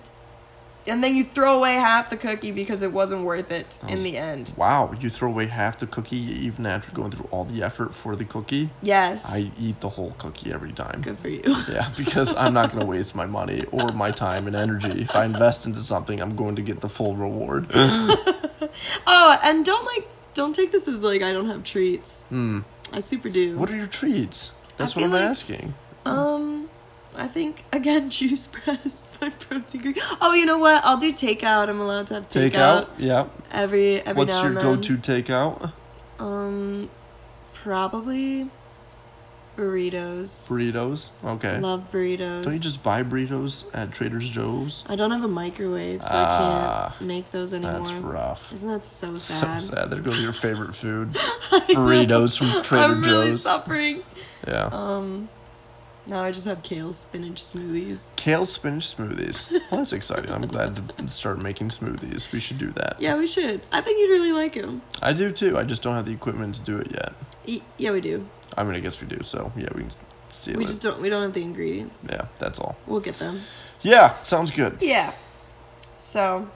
Speaker 2: And then you throw away half the cookie because it wasn't worth it in the end.
Speaker 1: Wow, you throw away half the cookie even after going through all the effort for the cookie.
Speaker 2: Yes.
Speaker 1: I eat the whole cookie every time.
Speaker 2: Good for you. (laughs)
Speaker 1: Yeah, (laughs) because I'm not going to waste my money or my time and energy. If I invest into something, I'm going to get the full reward.
Speaker 2: Oh, and don't like don't take this as like I don't have treats. I super do.
Speaker 1: Hmm. What are your treats? That's what
Speaker 2: feel
Speaker 1: I'm
Speaker 2: like-
Speaker 1: asking.
Speaker 2: Um I think again (laughs) juice press my protein drink. Oh, you know what? I'll do takeout. I'm allowed to have takeout,
Speaker 1: Takeout? out? Yeah.
Speaker 2: every every
Speaker 1: What's
Speaker 2: now
Speaker 1: your
Speaker 2: and then.
Speaker 1: go-to takeout?
Speaker 2: Um probably burritos.
Speaker 1: Burritos. Okay.
Speaker 2: Love burritos.
Speaker 1: Don't you just buy burritos at Trader Joe's?
Speaker 2: I don't have a microwave, so I
Speaker 1: Ah,
Speaker 2: can't make those anymore.
Speaker 1: That's rough.
Speaker 2: Isn't that
Speaker 1: So
Speaker 2: so sad?
Speaker 1: sad. There goes your favorite food. Burritos from Trader
Speaker 2: (laughs) I'm really Um,
Speaker 1: Joe's.
Speaker 2: suffering.
Speaker 1: Yeah.
Speaker 2: Now I just have kale spinach smoothies.
Speaker 1: Kale spinach smoothies. Well, that's exciting. I'm glad to start making smoothies. We should do that.
Speaker 2: Yeah, we should. I think you'd really like him.
Speaker 1: I do too. I just don't have the equipment to do it yet.
Speaker 2: E- yeah, we do.
Speaker 1: I mean, I guess we do. So yeah, we can s- steal
Speaker 2: We
Speaker 1: it.
Speaker 2: just don't. We don't have the ingredients.
Speaker 1: Yeah, that's all.
Speaker 2: We'll get them.
Speaker 1: Yeah, sounds good.
Speaker 2: Yeah. So,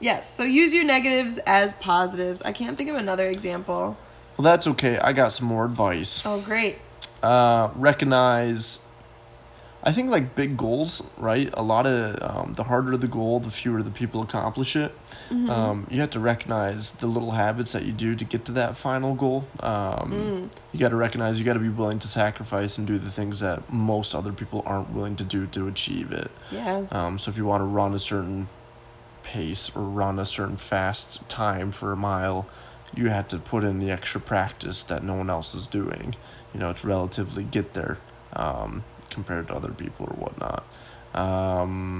Speaker 2: yes. So use your negatives as positives. I can't think of another example.
Speaker 1: Well, that's okay. I got some more advice.
Speaker 2: Oh, great.
Speaker 1: Uh, recognize. I think like big goals, right? A lot of um, the harder the goal, the fewer the people accomplish it.
Speaker 2: Mm-hmm.
Speaker 1: Um, you have to recognize the little habits that you do to get to that final goal. Um,
Speaker 2: Mm.
Speaker 1: You got to recognize you got to be willing to sacrifice and do the things that most other people aren't willing to do to achieve it.
Speaker 2: Yeah.
Speaker 1: Um, so if you want to run a certain pace or run a certain fast time for a mile, you had to put in the extra practice that no one else is doing, you know, to relatively get there um, compared to other people or whatnot.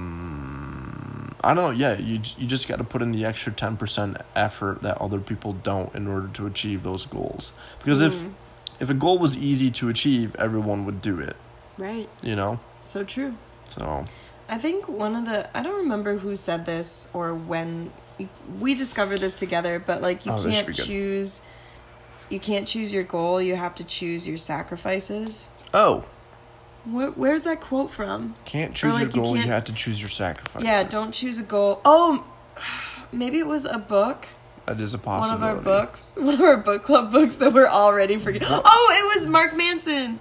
Speaker 1: Um, I don't know. Yeah, you j- you just got to put in the extra ten percent effort that other people don't in order to achieve those goals. Because
Speaker 2: Mm.
Speaker 1: if if a goal was easy to achieve, everyone would do it.
Speaker 2: Right.
Speaker 1: You know,
Speaker 2: So true.
Speaker 1: so
Speaker 2: I think one of the. I don't remember who said this or when we- we discovered this together, but like you
Speaker 1: Oh, this should
Speaker 2: can't
Speaker 1: be good.
Speaker 2: choose. You can't choose your goal. You have to choose your sacrifices.
Speaker 1: oh.
Speaker 2: Where, where's that quote from?
Speaker 1: Can't
Speaker 2: Or,
Speaker 1: choose
Speaker 2: like,
Speaker 1: your
Speaker 2: you
Speaker 1: goal. You,
Speaker 2: can't-
Speaker 1: have to choose your sacrifices.
Speaker 2: Yeah, don't choose a goal. Oh, (sighs) maybe it was a book.
Speaker 1: That is a
Speaker 2: One of
Speaker 1: possibility.
Speaker 2: our books, (laughs) one of our book club books that we're already forgetting. Oh, it was Mark Manson.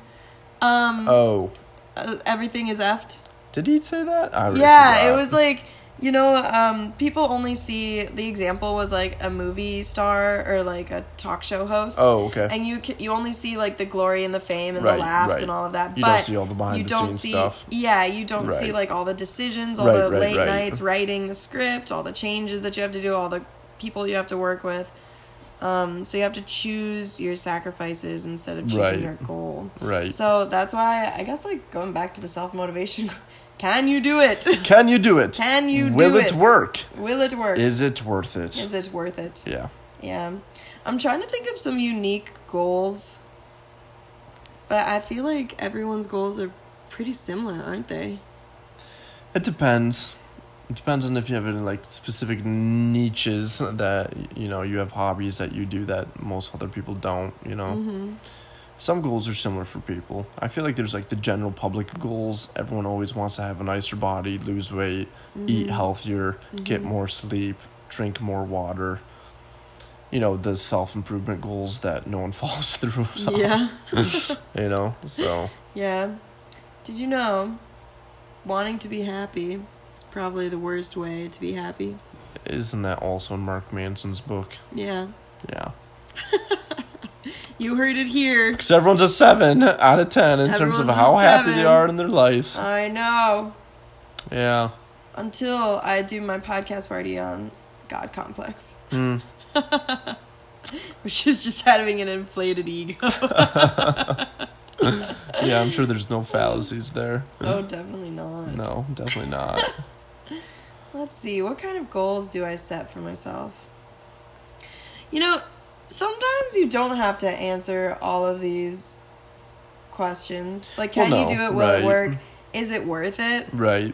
Speaker 2: Um,
Speaker 1: Oh,
Speaker 2: uh, everything is effed.
Speaker 1: did he say that? I already
Speaker 2: Yeah, it
Speaker 1: forgot.
Speaker 2: was like you know, um, people only see the example was like a movie star or like a talk show host.
Speaker 1: Oh, okay.
Speaker 2: and you ca- you only see like the glory and the fame and the
Speaker 1: Right,
Speaker 2: laughs
Speaker 1: right.
Speaker 2: and all of that.
Speaker 1: You
Speaker 2: but
Speaker 1: don't see all the behind
Speaker 2: you
Speaker 1: the
Speaker 2: don't
Speaker 1: scenes
Speaker 2: see,
Speaker 1: stuff.
Speaker 2: Yeah, you don't see
Speaker 1: Right.
Speaker 2: like all the decisions, all
Speaker 1: Right,
Speaker 2: the
Speaker 1: right,
Speaker 2: late
Speaker 1: right.
Speaker 2: nights writing the script, all the changes that you have to do, all the people you have to work with. Um, so you have to choose your sacrifices instead of choosing
Speaker 1: Right.
Speaker 2: your goal.
Speaker 1: right.
Speaker 2: So that's why I guess like going back to the self motivation, (laughs) can you do it? (laughs)
Speaker 1: Can you do it?
Speaker 2: Can you do
Speaker 1: Will
Speaker 2: it?
Speaker 1: it work?
Speaker 2: Will it work?
Speaker 1: Is it worth it?
Speaker 2: Is it worth it?
Speaker 1: yeah.
Speaker 2: Yeah. I'm trying to think of some unique goals. But I feel like everyone's goals are pretty similar, aren't they?
Speaker 1: It depends. It depends on if you have any like specific niches that you know you have hobbies that you do that most other people don't. You know,
Speaker 2: Mm. Mm-hmm.
Speaker 1: some goals are similar for people. I feel like there's like the general public goals. Everyone always wants to have a nicer body, lose weight, eat
Speaker 2: Mm-hmm.
Speaker 1: healthier, get more sleep, drink more water. You know the self improvement goals that no one (laughs) follows through. So,
Speaker 2: Yeah.
Speaker 1: You know, so
Speaker 2: Yeah. Did you know wanting to be happy is probably the worst way to be happy?
Speaker 1: isn't that also in Mark Manson's book?
Speaker 2: Yeah.
Speaker 1: Yeah.
Speaker 3: You heard it here.
Speaker 1: Because everyone's a seven out of ten in terms
Speaker 3: Everyone's
Speaker 1: of
Speaker 3: a
Speaker 1: how happy they
Speaker 3: seven.
Speaker 1: are in their lives.
Speaker 2: I know.
Speaker 1: yeah.
Speaker 2: Until I do my podcast party on God Complex, (laughs)
Speaker 1: Hmm.
Speaker 3: Which is just having an inflated ego.
Speaker 1: Yeah, I'm sure there's no fallacies there.
Speaker 2: oh, definitely not.
Speaker 1: No, definitely not.
Speaker 2: Let's see. What kind of goals do I set for myself?
Speaker 3: you know,
Speaker 2: Sometimes you don't have to answer all of these questions. Like, can
Speaker 1: Well, no,
Speaker 2: you do it? Will
Speaker 1: right.
Speaker 2: it work? Is it worth it?
Speaker 1: right.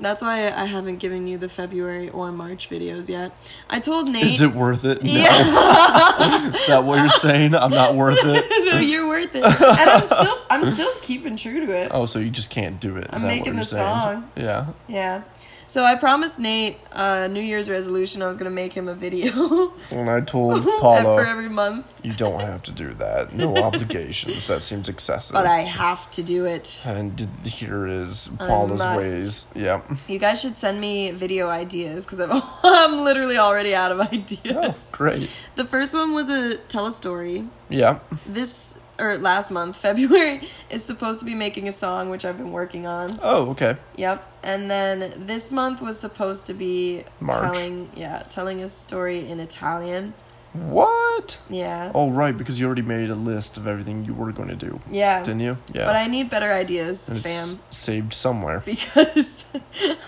Speaker 3: that's why I haven't given you the February or March videos yet. I told Nate.
Speaker 2: (laughs)
Speaker 1: Is it worth it? No.
Speaker 3: yeah,
Speaker 1: Is that what you're saying? I'm not worth it.
Speaker 3: no, you're worth it.
Speaker 2: And I'm still, I'm still keeping true to it.
Speaker 1: Oh, so you just can't do it. Is
Speaker 2: I'm
Speaker 1: that what
Speaker 2: making
Speaker 1: you're
Speaker 2: the
Speaker 1: saying?
Speaker 2: song.
Speaker 1: Yeah.
Speaker 2: Yeah. So I promised Nate a New Year's resolution. I was gonna make him a video
Speaker 1: And
Speaker 3: (laughs)
Speaker 1: I told
Speaker 2: (laughs) for
Speaker 1: Paula,
Speaker 2: every month,
Speaker 1: you don't have to do that. No obligations. That seems excessive.
Speaker 3: But I have to do it.
Speaker 1: and here is Paula's
Speaker 2: must.
Speaker 1: ways.
Speaker 3: (laughs)
Speaker 1: Yep.
Speaker 2: You guys should send me video ideas because I'm (laughs) literally already out of (laughs) ideas.
Speaker 1: Oh, Great.
Speaker 3: The first one was a tell a story.
Speaker 1: Yeah.
Speaker 2: This or last month, (laughs) February is supposed to be making a song, which I've been working on.
Speaker 1: Oh, okay.
Speaker 2: Yep. And then this month was supposed to be
Speaker 1: March.
Speaker 2: telling, yeah, telling a story in Italian.
Speaker 1: What?
Speaker 2: Yeah.
Speaker 1: Oh, right, because you already made a list of everything you were going to do,
Speaker 2: yeah.
Speaker 1: didn't you? Yeah.
Speaker 2: But I need better ideas,
Speaker 1: and it's
Speaker 2: fam,
Speaker 1: saved somewhere.
Speaker 3: (laughs)
Speaker 2: because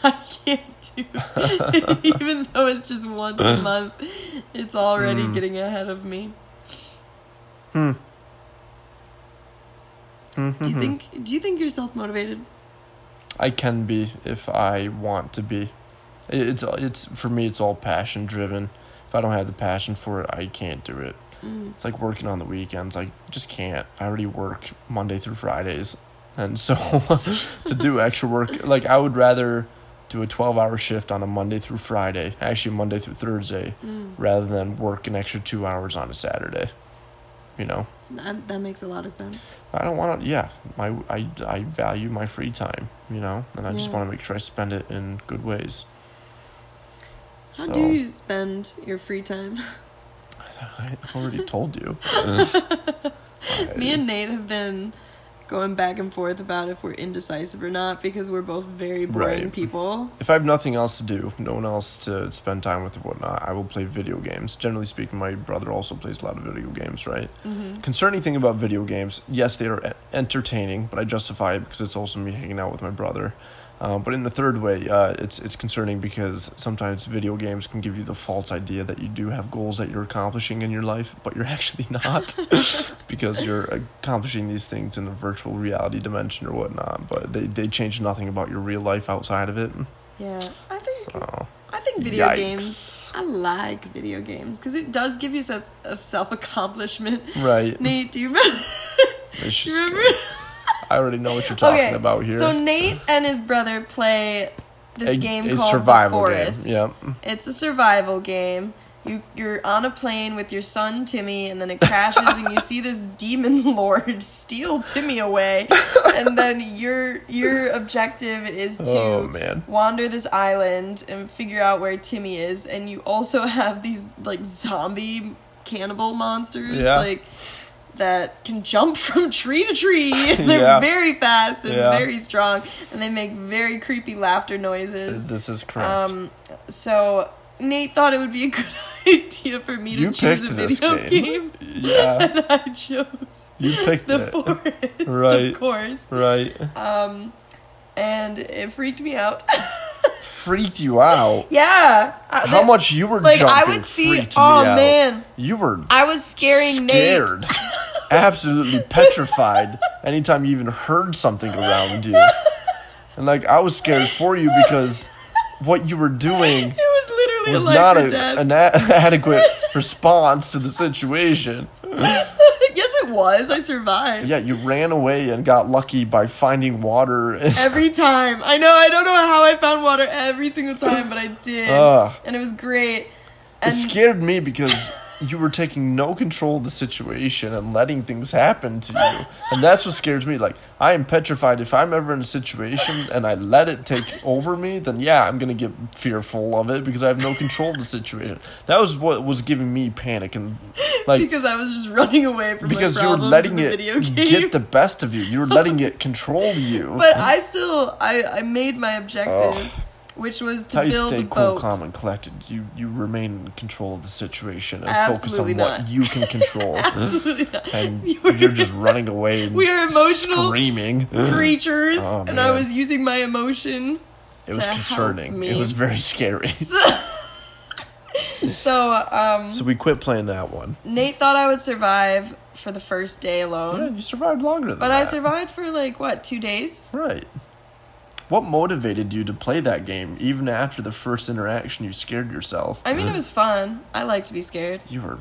Speaker 2: I can't do it. even though it's just once a month. It's already
Speaker 1: Mm.
Speaker 2: getting ahead of me.
Speaker 3: Do you think? Do you think you're self motivated?
Speaker 1: Mm-hmm. I can be if I want to be. It- It's it's for me. It's all passion driven. If I don't have the passion for it, I can't do it.
Speaker 3: Mm.
Speaker 1: It's like working on the weekends. I just can't. I already work Monday through Fridays, and so (laughs) to do extra work, like I would rather do a twelve-hour shift on a Monday through Friday, actually Monday through Thursday,
Speaker 3: Mm.
Speaker 1: rather than work an extra two hours on a Saturday. You know,
Speaker 3: That, that makes a lot of sense.
Speaker 1: I don't want to. Yeah, my I, I value my free time, you know, and I just
Speaker 3: Yeah.
Speaker 1: want to make sure I spend it in good ways.
Speaker 3: How
Speaker 1: So-
Speaker 3: do you spend your free time?
Speaker 1: (laughs) I already told you.
Speaker 3: (laughs) Me and Nate have been going back and forth about if we're indecisive or not because we're both very boring
Speaker 1: Right.
Speaker 3: people.
Speaker 1: If I have nothing else to do, no one else to spend time with or whatnot, I will play video games. Generally speaking, my brother also plays a lot of video games, right? Concerning thing about video games, yes, they are e- entertaining, but I justify it because it's also me hanging out with my brother. Uh, but in the third way, uh, it's it's concerning because sometimes video games can give you the false idea that you do have goals that you're accomplishing in your life, but you're (laughs) actually not, because you're accomplishing these things in a virtual reality dimension or whatnot. But they, they change nothing about your real life outside of it. Oh.
Speaker 3: Yeah, I think
Speaker 1: So,
Speaker 3: I think video
Speaker 1: Yikes.
Speaker 3: games. I like video games because it does give you a sense of self accomplishment.
Speaker 2: (laughs)
Speaker 1: right.
Speaker 3: Nate, do you remember?
Speaker 1: It's
Speaker 3: Do
Speaker 1: (laughs) just
Speaker 3: you remember?
Speaker 1: good. I already know what you're talking about here.
Speaker 2: So Nate and his brother play this
Speaker 1: A-
Speaker 2: game
Speaker 1: a
Speaker 2: called
Speaker 1: survival
Speaker 2: The
Speaker 1: game,
Speaker 2: Forest.
Speaker 1: Yep.
Speaker 2: It's a survival game. You you're on a plane with your son Timmy, and then it crashes,
Speaker 1: (laughs)
Speaker 2: and you see this demon (laughs) lord steal Timmy
Speaker 1: (laughs)
Speaker 2: away, and then your your objective is to
Speaker 1: Oh, man.
Speaker 2: wander this island and figure out where Timmy is, and you also (laughs) have these like zombie cannibal monsters
Speaker 1: Yeah.
Speaker 2: like that can jump (laughs) from tree
Speaker 1: (laughs)
Speaker 2: to tree. (laughs) And they're
Speaker 1: Yeah.
Speaker 2: very fast and
Speaker 1: Yeah.
Speaker 2: very strong, and they make very creepy laughter noises.
Speaker 1: This is correct.
Speaker 2: Um, so Nate thought it would be a (laughs) good idea for me to
Speaker 1: you
Speaker 2: choose
Speaker 1: picked
Speaker 2: a
Speaker 1: this
Speaker 2: video
Speaker 1: game.
Speaker 2: (laughs) game,
Speaker 1: Yeah,
Speaker 2: and I chose (laughs)
Speaker 1: you picked
Speaker 2: the
Speaker 1: (laughs) it.
Speaker 2: forest,
Speaker 1: Right.
Speaker 2: of course.
Speaker 1: Right.
Speaker 2: Um, and it freaked me out. (laughs)
Speaker 1: Freaked you out.
Speaker 2: yeah, Uh, I-
Speaker 1: How
Speaker 2: that-
Speaker 1: much you were
Speaker 2: Like
Speaker 1: jumping
Speaker 2: I would see.
Speaker 1: freaked
Speaker 2: Oh
Speaker 1: me out.
Speaker 2: man,
Speaker 1: You were
Speaker 2: I was scaring Nate.
Speaker 1: scared. Absolutely petrified anytime you even heard something around you. And like I was scared for you because what you were doing
Speaker 2: (laughs) It was literally
Speaker 1: was
Speaker 2: life
Speaker 1: not
Speaker 2: or
Speaker 1: a,
Speaker 2: death.
Speaker 1: an a- (laughs) adequate response to the situation.
Speaker 2: (laughs) yes, it was. I survived.
Speaker 1: Yeah, you ran away and got lucky by finding water. (laughs) And
Speaker 2: Every time. I know, I don't know how I found water every single time, but I did.
Speaker 1: Ugh.
Speaker 2: and it was great.
Speaker 1: it
Speaker 2: And
Speaker 1: scared me because you were taking no control of the situation and letting things happen to you. And that's what scares me. Like, I am petrified. If I'm ever in a situation and I let it take over me, then yeah, I'm going to get fearful of it because I have no control of the situation. That was what was giving me panic. And, like,
Speaker 2: because I was just (laughs) running away from
Speaker 1: because
Speaker 2: my
Speaker 1: you were
Speaker 2: problems
Speaker 1: letting
Speaker 2: in the
Speaker 1: it
Speaker 2: video game.
Speaker 1: get the best of you. You were letting it control you.
Speaker 2: (laughs) but I still I, I made my objective, which was
Speaker 1: That's
Speaker 2: to
Speaker 1: how you
Speaker 2: build
Speaker 1: stay
Speaker 2: a
Speaker 1: cool,
Speaker 2: boat.
Speaker 1: calm, and collected. You you remain in control of the situation and
Speaker 2: Absolutely
Speaker 1: focus on
Speaker 2: not.
Speaker 1: what you can
Speaker 2: (laughs)
Speaker 1: control. (laughs)
Speaker 2: Absolutely not.
Speaker 1: and
Speaker 2: You were-
Speaker 1: you're just running
Speaker 2: (laughs)
Speaker 1: away. And
Speaker 2: We are emotional (laughs)
Speaker 1: screaming.
Speaker 2: (laughs) creatures,
Speaker 1: Oh,
Speaker 2: and I
Speaker 1: man.
Speaker 2: was using my
Speaker 1: (laughs)
Speaker 2: emotion.
Speaker 1: It was
Speaker 2: to help
Speaker 1: concerning.
Speaker 2: me.
Speaker 1: It was very (laughs) scary.
Speaker 2: (laughs) So um,
Speaker 1: so we quit playing that one.
Speaker 2: Nate thought I would survive for the first day alone,
Speaker 1: Yeah, you survived longer than
Speaker 2: Mm-hmm. but
Speaker 1: that.
Speaker 2: I survived for like what two days?
Speaker 1: Right. What motivated you to play that game even after the first interaction? You scared yourself.
Speaker 2: I mean, it was fun. I like to be scared. (laughs)
Speaker 1: You were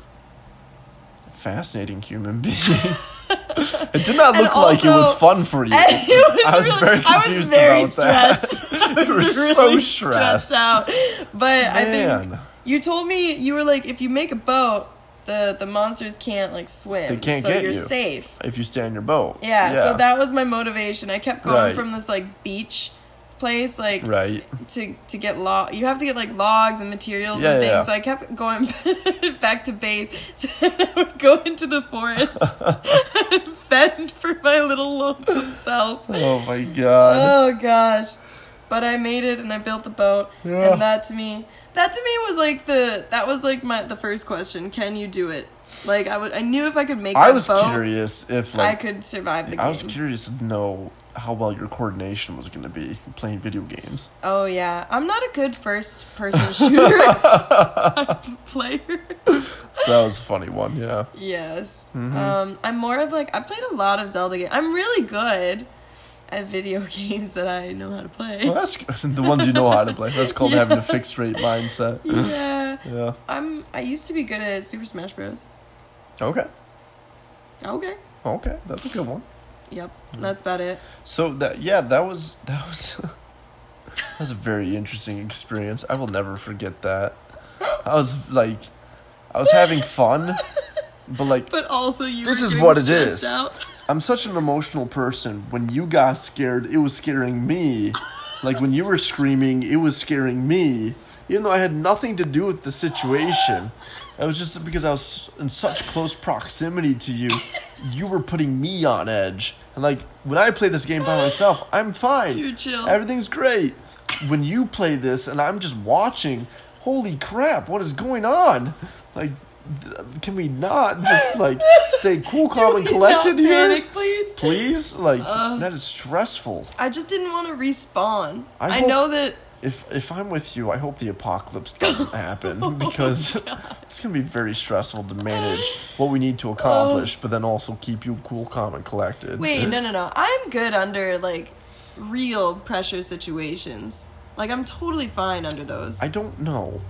Speaker 1: a fascinating human being. it did not
Speaker 2: And
Speaker 1: look like it
Speaker 2: also-
Speaker 1: was fun for you.
Speaker 2: And (laughs) it was
Speaker 1: I was
Speaker 2: really,
Speaker 1: very
Speaker 2: I was
Speaker 1: confused
Speaker 2: very
Speaker 1: about that. (laughs)
Speaker 2: stressed. (laughs) I was
Speaker 1: were so
Speaker 2: really
Speaker 1: stressed.
Speaker 2: out. But I think
Speaker 1: Man,
Speaker 2: you told me you were like, if you make a boat, the the monsters can't like swim.
Speaker 1: They can't
Speaker 2: so
Speaker 1: get
Speaker 2: you're
Speaker 1: you.
Speaker 2: safe.
Speaker 1: if you stay on your boat.
Speaker 2: Yeah, So that was my motivation. I kept going
Speaker 1: Right.
Speaker 2: from this like beach place like
Speaker 1: Right.
Speaker 2: to to get log you have to get like logs and materials
Speaker 1: Yeah,
Speaker 2: and things
Speaker 1: yeah.
Speaker 2: so i kept going (laughs) back to base so i would (laughs) go into the forest (laughs) and fend for my little lonesome self
Speaker 1: Oh my god.
Speaker 2: oh gosh but i made it and i built the boat
Speaker 1: Yeah.
Speaker 2: and that to me that to me was like the that was like my the first question can you do it like i would i knew if i could make
Speaker 1: I
Speaker 2: that
Speaker 1: was
Speaker 2: boat
Speaker 1: curious if
Speaker 2: i
Speaker 1: like
Speaker 2: could survive the game
Speaker 1: I was curious to know how well your coordination was going to be playing video games.
Speaker 2: oh yeah i'm not a good first
Speaker 1: (laughs)
Speaker 2: person shooter (laughs) type of player
Speaker 1: So that was a funny one. Yeah.
Speaker 2: Yes.
Speaker 1: Mm-hmm.
Speaker 2: Um, I'm more of like I played a lot of Zelda games. I'm really good at video (laughs) games that I know how to play.
Speaker 1: Well,
Speaker 2: (laughs)
Speaker 1: that's good. (laughs) the ones you know how to play. That's called having a fixed rate mindset.
Speaker 2: Yeah.
Speaker 1: Yeah.
Speaker 2: I'm. I used to be good at Super Smash Bros.
Speaker 1: Okay.
Speaker 2: Okay.
Speaker 1: Oh, Okay. That's a good one.
Speaker 2: Yep. That's about it.
Speaker 1: So that yeah, that was (laughs) that was that was a very interesting experience. I will never forget that. I was like I was having fun, but like
Speaker 2: But also, you.
Speaker 1: This
Speaker 2: were
Speaker 1: is
Speaker 2: getting
Speaker 1: what it
Speaker 2: stressed
Speaker 1: is.
Speaker 2: Out.
Speaker 1: I'm such an emotional person. When you got scared, it was scaring me. Like when you were screaming, it was scaring me. Even though I had nothing to do with the situation, it was just because I was in such close proximity to you. You were putting me on edge. And like when I play this game by myself, I'm fine.
Speaker 2: You're chill.
Speaker 1: Everything's great. When you play this and I'm just watching, holy crap, what is going on? Like, th- can we not just like stay cool, (laughs) calm,
Speaker 2: (laughs)
Speaker 1: and collected
Speaker 2: Not
Speaker 1: here?
Speaker 2: Panic, Uh. please.
Speaker 1: please like that is stressful
Speaker 2: I just didn't want to respawn.
Speaker 1: I
Speaker 2: I,
Speaker 1: hope-
Speaker 2: know that.
Speaker 1: if if i'm with you i hope the apocalypse doesn't
Speaker 2: (laughs) Oh
Speaker 1: happen because (laughs) it's going to be very stressful to manage what we
Speaker 2: Oh.
Speaker 1: need to accomplish but then also keep you cool calm and collected
Speaker 2: Wait, no, no, no. I'm good under like real pressure situations. Like I'm totally fine under those.
Speaker 1: i don't know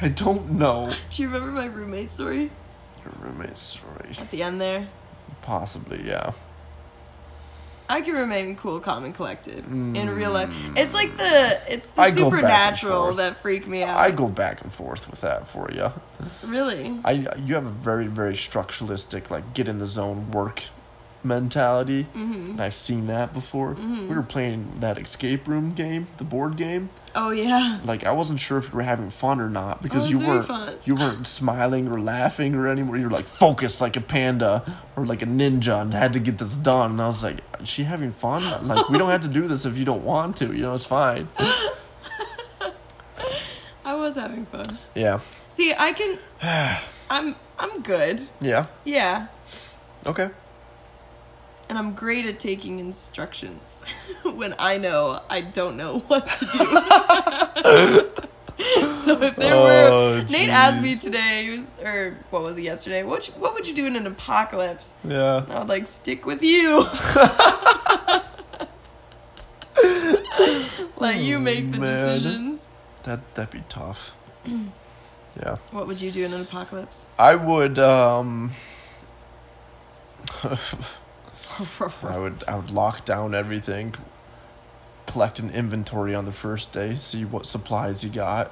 Speaker 1: i don't know
Speaker 2: Do you remember my roommate story
Speaker 1: your roommate's story
Speaker 2: at the end there?
Speaker 1: possibly yeah
Speaker 2: I can remain cool, calm, and collected in real life. It's like the it's
Speaker 1: Mm.
Speaker 2: the
Speaker 1: I go back and
Speaker 2: supernatural
Speaker 1: forth.
Speaker 2: that freaked me out.
Speaker 1: i go back and forth with that for you
Speaker 2: really?
Speaker 1: I you have a very very structuralistic like get in the zone work mentality. Mm-hmm. And I've seen that before.
Speaker 2: Mm-hmm.
Speaker 1: We were playing that escape room game, the board game.
Speaker 2: Oh yeah.
Speaker 1: Like I wasn't sure if you were having fun or not because
Speaker 2: was
Speaker 1: you
Speaker 2: Oh, very
Speaker 1: weren't
Speaker 2: fun.
Speaker 1: you
Speaker 2: (laughs)
Speaker 1: weren't smiling or laughing or anywhere. You're like focused like a panda or like a ninja and had to get this done. And I was like, is she having fun? Like we don't have to do this if you don't want to. You know it's
Speaker 2: (laughs)
Speaker 1: fine.
Speaker 2: I was having fun.
Speaker 1: Yeah.
Speaker 2: See, I
Speaker 1: (sighs)
Speaker 2: can. I'm I'm good.
Speaker 1: Yeah.
Speaker 2: Yeah,
Speaker 1: Okay.
Speaker 2: and I'm great at taking instructions (laughs) when I know I don't know (laughs) what to do. (laughs) so if there
Speaker 1: Oh,
Speaker 2: were Nate asked me
Speaker 1: jeez.
Speaker 2: today, he was, or what was it yesterday? What you- what would you do in an apocalypse?
Speaker 1: Yeah.
Speaker 2: I would like stick with
Speaker 1: (laughs)
Speaker 2: you. Let you make the
Speaker 1: Oh, man.
Speaker 2: decisions.
Speaker 1: That that'd be tough. (clears throat) yeah.
Speaker 2: What would you do in an apocalypse?
Speaker 1: I would um (laughs) I would I would lock down everything, collect an inventory on the first day, see what supplies you got,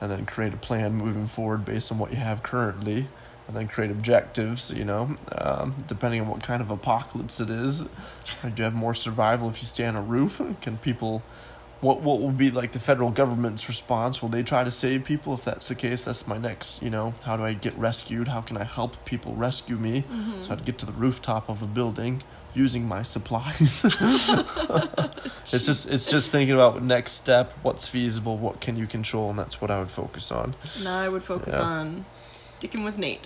Speaker 1: and then create a plan moving forward based on what you have currently and then create objectives you know um, depending on what kind of apocalypse it is Uh, do you have more survival if you stay on a roof (laughs) can people what what will be like the federal government's response will they try to save people if that's the case that's my next you know how do i get rescued how can i help people rescue me
Speaker 2: Mm-hmm.
Speaker 1: so i'd get to the rooftop of a building using my
Speaker 2: (laughs)
Speaker 1: supplies it's just it's just thinking about what next step what's feasible what can you control and that's what i would focus on
Speaker 3: Now I would focus
Speaker 1: Yeah.
Speaker 3: on sticking with Nate.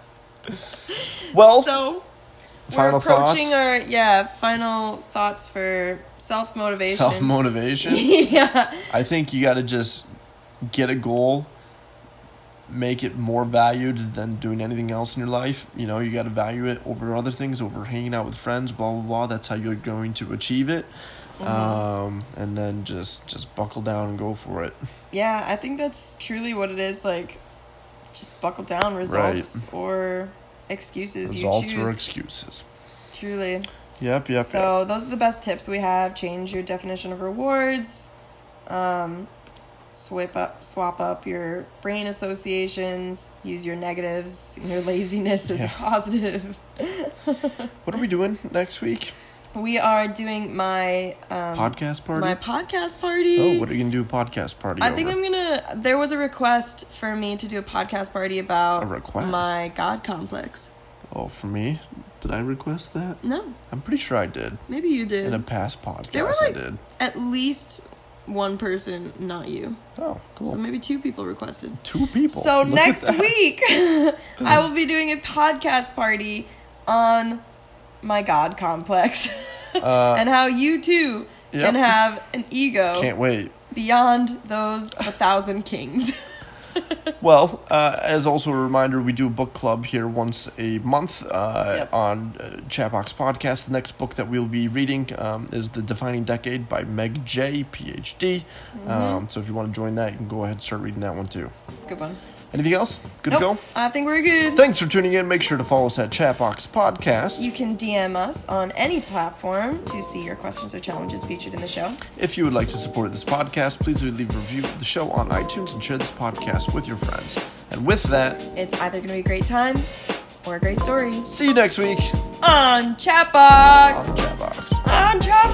Speaker 1: (laughs) well
Speaker 3: so
Speaker 1: final
Speaker 2: We're approaching
Speaker 1: thoughts
Speaker 2: our yeah final thoughts for self motivation.
Speaker 1: self-motivation
Speaker 2: (laughs) yeah,
Speaker 1: i think you got to just get a goal make it more valued than doing anything else in your life you know you got to value it over other things over hanging out with friends blah blah blah that's how you're going to achieve it
Speaker 2: Mm-hmm.
Speaker 1: um, and then just just buckle down and go for it
Speaker 2: yeah. I think that's truly what it is. Like, just buckle down. Results or excuses
Speaker 1: results
Speaker 2: you
Speaker 1: or
Speaker 2: choose.
Speaker 1: excuses
Speaker 2: truly.
Speaker 1: yep yep yep.
Speaker 2: So those are the best tips we have. Change your definition of rewards. Um, swap up, swap up your brain associations. Use your negatives and your laziness as a
Speaker 1: Yeah.
Speaker 2: (laughs) positive.
Speaker 1: what are we doing next week
Speaker 2: We are doing my um,
Speaker 1: podcast party
Speaker 3: my podcast party.
Speaker 1: oh what are you gonna do a podcast party
Speaker 2: I think
Speaker 1: over?
Speaker 2: I'm gonna. There was a request for me to do a podcast party about
Speaker 1: A request?
Speaker 2: my god complex.
Speaker 1: oh for me did i request that
Speaker 3: No,
Speaker 1: i'm pretty sure i did
Speaker 3: maybe you
Speaker 1: in
Speaker 3: did.
Speaker 1: a past podcast
Speaker 3: There were,
Speaker 1: I
Speaker 3: like-
Speaker 1: did.
Speaker 3: At least one person, not you.
Speaker 1: Oh, cool.
Speaker 3: So maybe two people requested.
Speaker 1: Two people.
Speaker 2: So
Speaker 1: Look at
Speaker 2: next
Speaker 1: that.
Speaker 2: week, (laughs) I will be doing a podcast party on my god complex
Speaker 1: (laughs) Uh,
Speaker 2: and how you too
Speaker 1: yep.
Speaker 2: can have an ego
Speaker 1: can't wait.
Speaker 2: beyond those of a thousand kings. (laughs)
Speaker 1: Well, uh, as also a reminder, we do a book club here once a month uh,
Speaker 2: Yep.
Speaker 1: on uh, Chatbox Podcast. The next book that we'll be reading um, is The Defining Decade by Meg J, PhD.
Speaker 2: Mm-hmm.
Speaker 1: Um, so if you want to join that, you can go ahead and start reading that one too.
Speaker 2: It's a good one.
Speaker 1: Anything else? Good to
Speaker 2: Nope,
Speaker 1: go?
Speaker 2: I think we're good.
Speaker 1: Thanks for tuning in. Make sure to follow us at Chatbox Podcast.
Speaker 2: You can DM us on any platform to see your questions or challenges featured in the show.
Speaker 1: If you would like to support this podcast, please do leave a review of the show on iTunes and share this podcast with your friends. And with that,
Speaker 2: It's either going to be a great time or a great story
Speaker 1: see you next week
Speaker 2: on
Speaker 1: on
Speaker 2: Chatbox.
Speaker 1: Chatbox.
Speaker 2: On Chatbox.